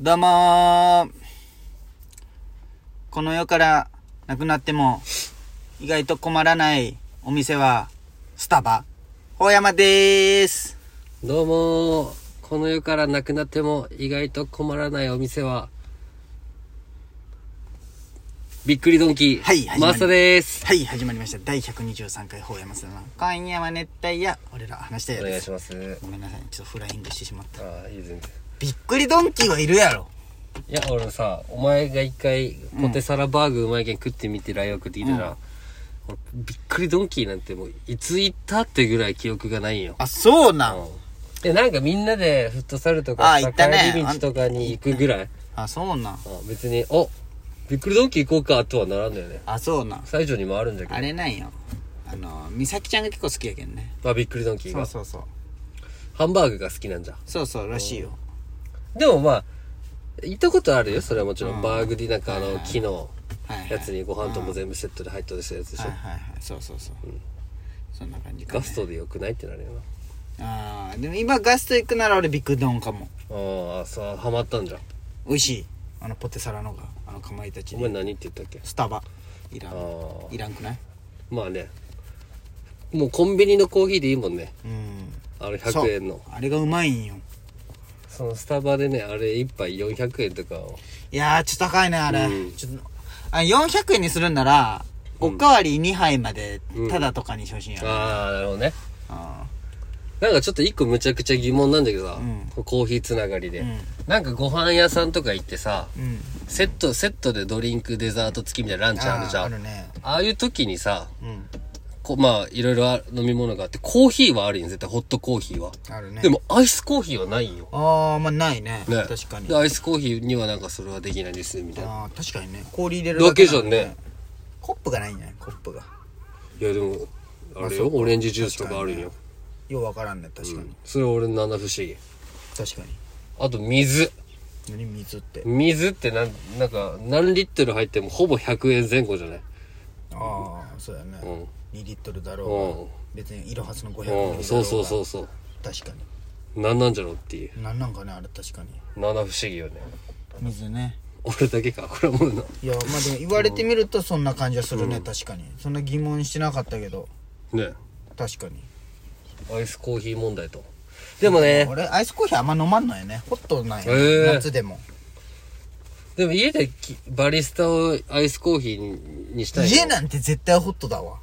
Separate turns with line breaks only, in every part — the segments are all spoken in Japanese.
どうもーこの世からなくなっても意外と困らないお店はスタバ大山でーす
どうもーこの世からなくなっても意外と困らないお店は、びっくりドンキー。
はい始まり
マスタです。
はい始まりました第123回大山さんの今夜は熱帯夜俺ら話したいや
お願い
で
し
す
ます。
ごめんなさいちょっとフライングしてしまった
ああ、いい全然。
びっくりドンキーはいるやろ
いや、俺さ、お前が一回、ポテサラバーグうまいけん食ってみて、ライオン食ってきたら、俺びっくりドンキーなんてもう、いつ行ったってぐらい記憶がないんよ。
あそうなん、
うん。え、なんかみんなでフットサルと
あ
か、
ー行ったね
帰り道とかに行くぐらい。
あそうなん
うん別に、おびっくりドンキー行こうかとはならんだよね。
あそうなん
西条にもあるんだけど
あ。れなんよあの美咲ちゃんが結構好きやけんね
まあ、びっくりドンキー
そう
が。
そうそう
ハンバーグが好きなんじゃ。
そうそうらしいよ
でもまあ、行ったことあるよ、それはもちろん。バーグディナーか、あの、木の
はいはい
やつにご飯とも全部セットで入ったりしたやつでしょ
はい。はいはいそうそうそう、そんな感じか、
ガ
ね、
ストでよくないってなるよな。
あーでも今ガスト行くなら俺ビッグ丼かも
ああ、さあ、ハマったんじゃ。
美味しいあのポテサラのがあのかまいたち
お前
で
何って言ったっけ
スタバいら
あ
ん
あ、
いらんくない
まあね。もうコンビニのコーヒーでいいもんね。
うん
あれ
そう
100円の。
あれがうまいんよ
そのスタバでね、あれ一杯400円とかを。
いやーちょっと高いねあれ、
うん
ちょっとあ400円にするんならおかわり2杯までタダとかにしてほしいんやろ、
ああ、なるほどね。
あ
なんかちょっと一個むちゃくちゃ疑問なんだけどさ、コーヒーつながりで、
ん
なんかご飯屋さんとか行ってさ、
ーうん
セット、セットでドリンク、デザート付きみたいなランチあるじゃ
あ
ん。あ
るね
あいう時にさ、
うん
こうまあ、いろいろあ飲み物があって、コーヒーはあるよ、絶対、ホットコーヒーは。
あるね
でも、アイスコーヒーはないよ。
ああまあないね
ね。
確かに
でアイスコーヒーにはなんかそれはできないです、みたいな。
あー確かにね氷入れる
だけじゃ
なんの
ね。
コップがないんじゃないコップが
いや、でも、あれよ、オレンジジュースとかあるんよ。
ようわからんね確かに、
それ俺の七不思議。
確かに
あと、水。
何水って
水ってなん、なんか、何リットル入ってもほぼ100円前後じゃない
ああそうやね、
う
2リットルだろうが、
うん
別にいろはつの500ミリだろうが、
うん、そうそうそうそう。
確か
なんなんじゃろうっていう。
になんなんかねあれ確かに
七不思議よね。
水ね
俺だけか、これはもうな。
いやまあでも言われてみるとそんな感じはするね、確かにそんな疑問してなかったけど
ね
確かに
アイスコーヒー問題とでもね
俺アイスコーヒーあんま飲まんのよねホットない、
へー
夏でも
でも家できバリスタをアイスコーヒーににしたい
家
な
なんて絶対ホットだわ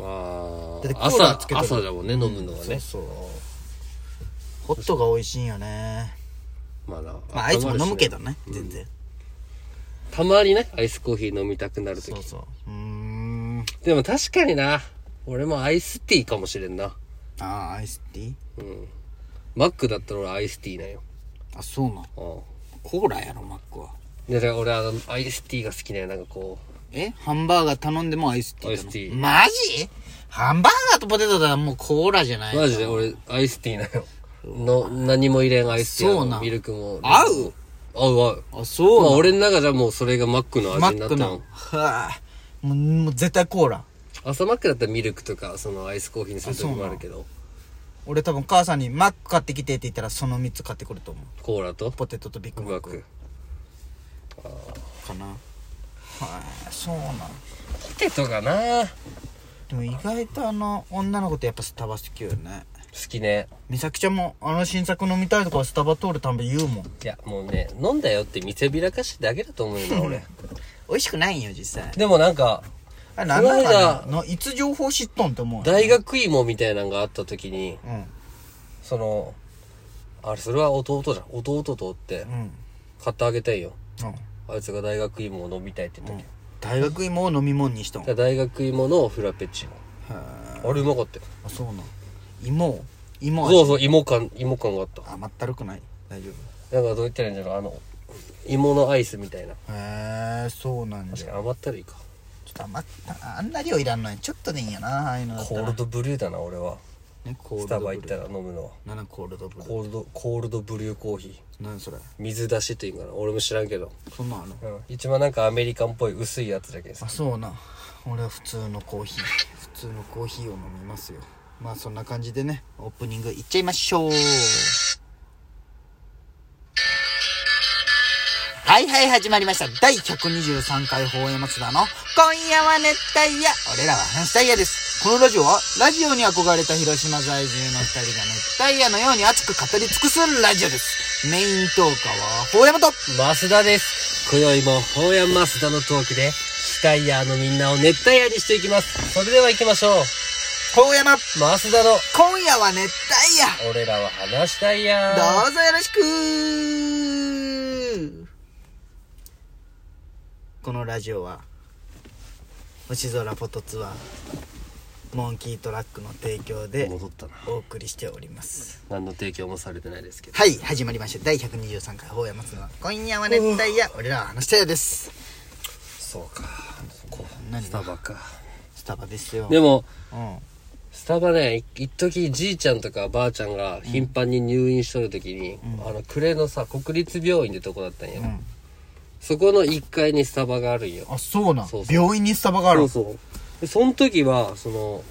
あ
だってクー
ー
ラー
朝
つけてる
朝だもんね飲むのは
そう
ね、
そうホットが美味しいんよね
まあな
まあアイスも飲むけど
温
ね全然、
まるしねたまにねアイスコーヒー飲みたくなると
そう
き
そううーん
でも確かにな俺もアイスティーかもしれんな
ああアイスティー
うんマックだったら俺アイスティーなんよ
あそうなん
う
コーラやろマックは
んでだから俺あのアイスティーが好きねなんかこ
えハンバーガー頼んでもアイスティー
アイスティー
マジハンバーガーとポテトだらもうコーラじゃな
う
い
マジで俺アイスティーなんよの何も入れんアイスティー
そう
な
なん
のミルクも
合う
合う合う
あそう
まあ
なん
俺の中じゃもうそれがマックの
マ
味にな
ッ
っ
ク
た
の
の。
はあもうもう絶対コーラ
朝マックだったらミルクとか、そのアイスコーヒーにする時もあるけど、
俺多分母さんにマック買ってきてって言ったらその3つ買ってくると思う
コーラと
ポテトとビッグ
マ
マ
ッ
ック
ク。
かなはい、そうなん
ポテトがな好
でも意外とあの女の子ってやっぱスタバ好きよね
きね。
美咲ちゃんもあの新作飲みたいとかスタバ通るたんび言うもん
いや、もうね、飲んだよって見せびらかしだけだと思うよ な、俺。
美味しくないんよ実際
でもなんか、
あれ何なん
この間
かなないつ情報知っとんって思うよ
大学芋みたいなのがあった時に、
うん
その、あれ、それは弟じゃん。弟とおって
う、んうん
買ってあげたいよ。あいつが大学芋を飲みたいって言った時。
大学芋を飲み物にしたん
だから大学芋のフラペチーノ。あれうまかったよ。
あそうなん芋を芋味
そうそう、芋感、芋感があった。
甘ったるくない大丈夫
なんかどう言ったらいいんだろうあの芋のアイスみたいな
へえそうなんじ
確
ゃ
かに余ったらいいか
ちょっと余ったあんな量いらんのにちょっとでいいんやなああいうのだった
コ
ら
ールドブリューだな俺は
ねコー
ス
ル
タ
ド
バ
ブ
行っ
ル
たら飲むのは
ーなんコールドブルー
コールドコールドブリューコーヒー
何それ
水出しっていうんかな俺も知らんけど、
そんなんあるの
うん、一番なんかアメリカンっぽい薄いやつだけどさ
あそうな俺は普通のコーヒー普通のコーヒーを飲みますよまあそんな感じでねオープニングいっちゃいましょうはいはい、始まりました。第123回放映松田の、今夜は熱帯夜、俺らは話したい夜です。このラジオは、ラジオに憧れた広島在住の二人が熱帯夜のように熱く語り尽くすラジオです。メイントーカーは、放山と、
増田です。今宵も、法山増田のトークで、熱帯夜のみんなを熱帯夜にしていきます。それでは行きましょう。
放山、
増田の、
今夜は熱帯夜。
俺らは話したいや
どうぞよろしくこのラジオは星空ポトツはモンキートラックの提供で
戻ったな。
お送りしております
何の提供もされてないですけど。
はい始まりました第123回「ほうやまつの今夜は熱帯夜俺らは話したよ」です
そうか。こう
何が
スタバか。
スタバですよ
でも、
うん
スタバね、い一時じいちゃんとかばあちゃんが頻繁に入院しとる時に、あの、暮れのさ、国立病院ってとこだったんや。
ん
そこの1階にスタバがあるんよ。
あそうなん
そうそう
病院にスタバがあ
そうそう。で、その時は、その、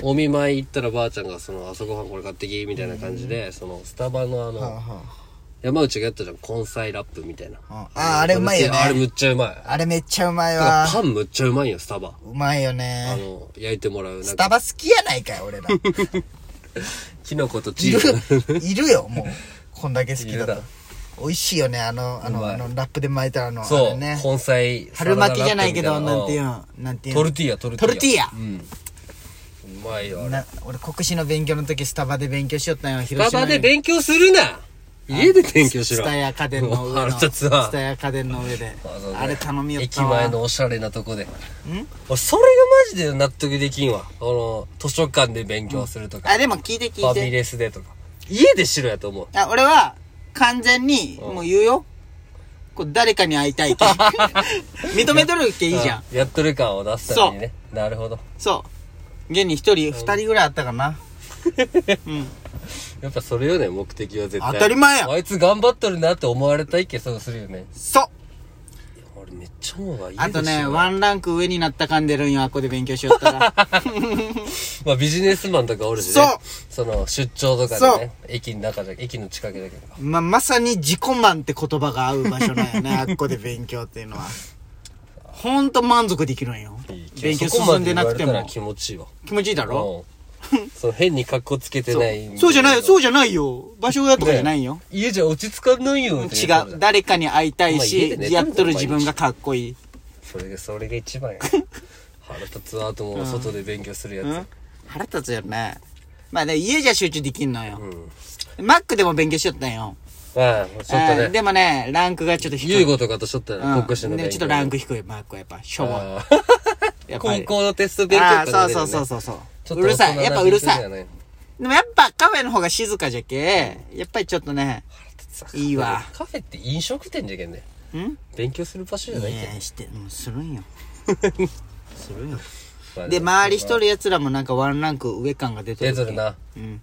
お見舞い行ったらばあちゃんが、その、朝ごはんこれ買ってき、みたいな感じで、その、スタバのあ
はあ
の、
は
山内がやったじゃん、根菜ラップみたいな。
あああれうまいよね
あれむっちゃうまい。
ああれめっちゃうまいわ
パンむっちゃうまいよ、スタバ。
うまいよ
あ
ね
の、焼いてもらう。な
ス
んか、
タバ好きやないかい俺ら
キノコとチ
い
ー ズ。
る、いるよ、もう。こんだけ好きだ
いる
と
だ。
美味しいよね、あの、あ
う
の、
まい
あのラップで巻いたあの、あ
そ
れ
う、
ね。
根菜。
春巻きじゃないけ
サ
ど、
ラダ
な
ラッ
ん
プ
て
み
い
た
う
な
の、なんていううんの
トルティーヤ、トルティー
ト
ヤ。
ルティーヤ
うん。うまいよ、あれ。
な俺、国試の勉強の時、スタバで勉強しよったんよ、広
スタ
島
バ
に
で勉強するな家で勉強し
ス
ろ。
タヤ家電の上
腹
の。
立つわ
スタヤ家電の上で
わざわ。ざ
あれ頼みよっ
駅
たわ。
前のおしゃれなとこで俺それがマジで納得できんわあの図書館で勉強するとか、
あ、でも聞いて
フ
聞い
ァミ
て。
レスでとか家でしろやと思う
あ、俺は、完全に、もう言うよ。こう誰かに会い たいけ。認めとるけいいじゃん。
やっとる感を出すためにねなるほど
そう。現に一人、二人ぐらいあったかな。うん。
やっぱそれよね目的は絶対
当たり前や
あいつ頑張っとるなって思われたいけそうするよね
そう
いや俺めっちゃ思うわ家でし
あ
ろ
とね、ワンランク上になったかんでるんよ、あっこで勉強しよった ら。
まあビジネスマンとかおるしね
そう
その出張とかでね駅の中じゃ駅の近くだけど
ま、まさに自己満って言葉が合う場所なんよ ね、あっこで勉強っていうのは。ほんと満足できるんよ
いい。気
勉
が
強進んでなくて
そこまで言われたら
も。
気持ちいいわ
気持ちいいだろ
うんその変に格好つけて
そう
な い
そうじゃないよ、そううじゃないよ。場所がとかじゃないよ。
家じゃ落ち着かんないよ
違
って言った
う。
ら
誰かに会いたい
まあ家
し
で寝てる、ぞ
やっとる自分がかっこいい。
それがそれが 一番や腹立つわと思う外で勉強するや
うん腹立つよね。まあね、家じゃ集中できんのよ
つう。ん
マックでも勉強しよったんよ。
まあちょっと
うん
ね
でもね、ランクがちょっと低
優
い。
吾とかとしょった
う
ら
ん
国試の勉
で
強
ちょっとランク低いマークはやっぱ、しょぼい。
あ
や
ー
っぱり
高校のテスト勉強
ああ
会の
そう
レベル
そ
ね
うそうそうそう
ちょっと
うるさいやっぱうるさい
大人な勉強じゃな
でもやっぱカフェの方が静かじゃけやっぱりちょっとねいいわ
カフェって飲食店じゃけんね
んい
勉強する場所じゃないけん
やしてもうするん よするよ
まあ
で周り一人やつらもなんかワンランク上感が出て
出
る
とるな
うん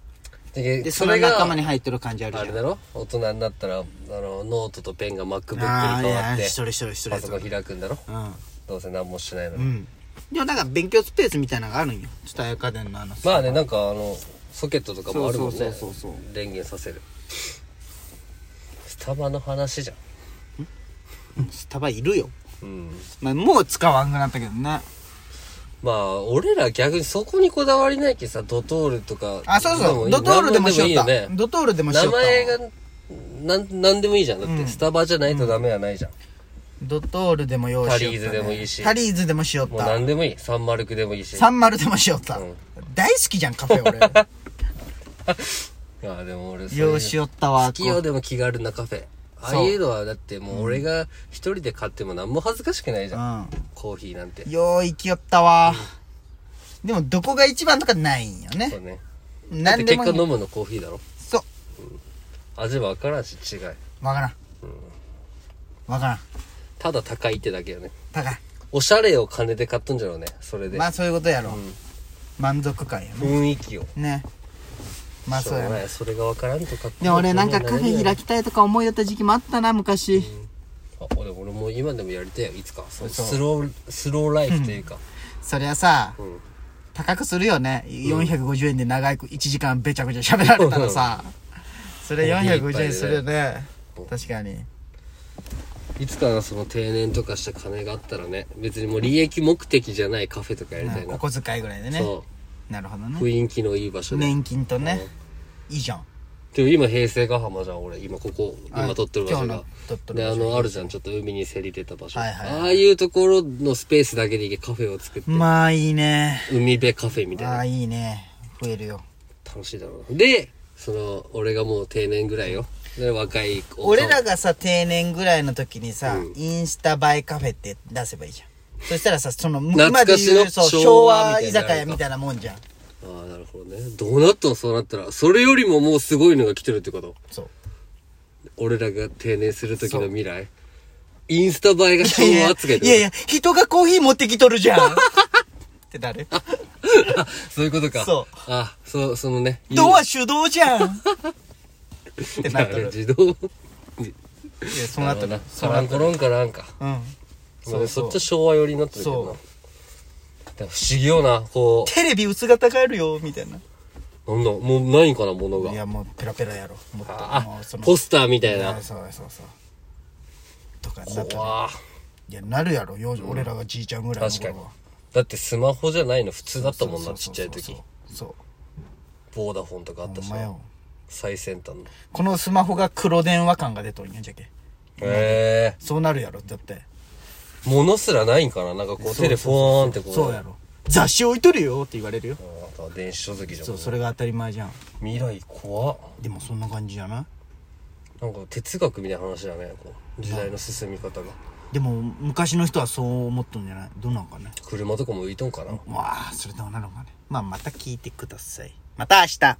で
でその仲間に入ってる感じあるじ
あ
ゃ
れ
ん
だろ大人になったらあのノートとペンが MacBook に
ああい
変わ
や
って
一人一人一人
パ
や
ソ
つ
コン開くんだろ
うん
どうせ何もしないの
う
に
んでもなんか勉強スペースみたいなのがあるんよ伝え家電のあの
まあねなんかあのソケットとかもあるもんね
そうそうそうそう
電源させるスタバの話じゃん
スタバいるよ
うん
まあもう使わんくなったけどね
まあ俺ら逆にそこにこだわりないけどさドトールとか
あそうそうドトールでもしよ
何
ったドトールでもしよ
名
ったわ
前がなんなんでもいいじゃんだって、スタバじゃないとダメはないじゃん、
ドトールでも用意しよった、ね、
タリーズでもいいし
タリーズでもしよっ
もう
た
何でもいいサンマルクでもいいし
サンマルでもしよった、
うん
大好きじゃんカフェ 俺
いやでも俺そういう
ようしよったわ
好きよ
こ
でも気軽なカフェあ
そう
あいうのはだってもう俺が一人で買っても何も恥ずかしくないじ
う
ゃん、
う
コーヒーなんて
んよう行きよったわ、でもどこが一番とかないんよ
そ
ね
うねだって
何で
結
も
果
いい
飲むのコーヒーだろ
そ
味分からんし違いう
わからん、わからん
ただ高いってだけよね
高い
おしゃれを金で買っとんじゃろうねそれで、
まあそういうことやろ、
ん
満足感やね
雰囲気を
ねまあ
し
そ
ょ
う
う
や
が
ね
ないそれが分からんとか
でも俺なんかカフェ開
き
きたいとか思い出った時期もあったな昔、
あ俺俺もう今でもやりたいよいつかそのスロースローライフというか、
そりゃさ、
ん
高くするよね450円で長く1時間べちゃくちゃ喋られたらさそれ450円するよね
うん
確かに
いつかのその定年とかした金があったらね、別にもう利益目的じゃないカフェとかやりたい
お
な。
小遣いぐらいでね
そ
なるほど
う。
ね
雰囲気のいい場所で。
年金とねいいじゃん
でも今平成ヶ浜じゃん、俺。今ここ、今撮ってる場
今
所
日
が
の。撮ってる
で、
場
あ
所
の、あるじゃん、ちょっと海にせり出た場所。
はいはいはい
ああいうところのスペースだけでいいけカフェを作って、
まあいいね
海辺カフェみたい
ああ
な。
いいね増えるよ
楽しいだろうな。で、その、俺がもう定年ぐらいよ。で、若い子
俺らがさ定年ぐらいの時にさ、インスタ映えカフェって出せばいいじゃんそしたらさその
懐
今
か
で
しの
言うそう昭
昭和
和
み
居
たいな
酒屋みたいなもんじゃん
ああ、なるほどね。どうなったのそうなったら。それよりももうすごいのが来てるってこと。
そう
俺らが定年する時の未来。インスタ映えが昭
いや
和扱いっ
いやい
てこ
や人がコーヒー持ってきとるじ ゃんって誰
とあそういうことか。。
そう
あ、そう、そのね。
ドア手動じゃんってなっとる
自動。
いやそうなっとる
そらんころんからんか。
うん
そ
そうそ
そっ
う
ちは昭和寄りになってるけどな。
そう
でも不思議よな、こ
テレビ薄型変えるよみたいな
う。なんだ、もうないんかな、もの
い
が。
やもうペラペラやろもっとも
あ
うそ、の
ポスターみたい
あ
な。
そうそうそうとかになったら
怖ー
いやなるやろよ、俺らがじいちゃんぐらいの
確か
頃
に
は。
だってスマホじゃないの普通だったもんな、
そう
ち
そ
っ
う
ちゃい
そう
時。
そう
ボーダフォンとかあった
ほん
し
ま
な
よ
最先端の。
このスマホが黒電話感が出とるんやんじゃけ
へえ。
そうなるやろだって
ものすらないんかななんかこう手でフォーンってこう。
そうやろ雑誌置いとるよって言われるよ
うん。なんか電子書籍じゃん。
そうそれが当たり前じゃん
未来怖っ
でもそんな感じじゃない
なんか哲学みたいな話だね、こう。時代の進み方が。
でも昔の人はそう思っとんじゃないどうなんかね
車とかも浮いとんかな
うわあそれどうなのかねまあまた聞いてくださいまた明日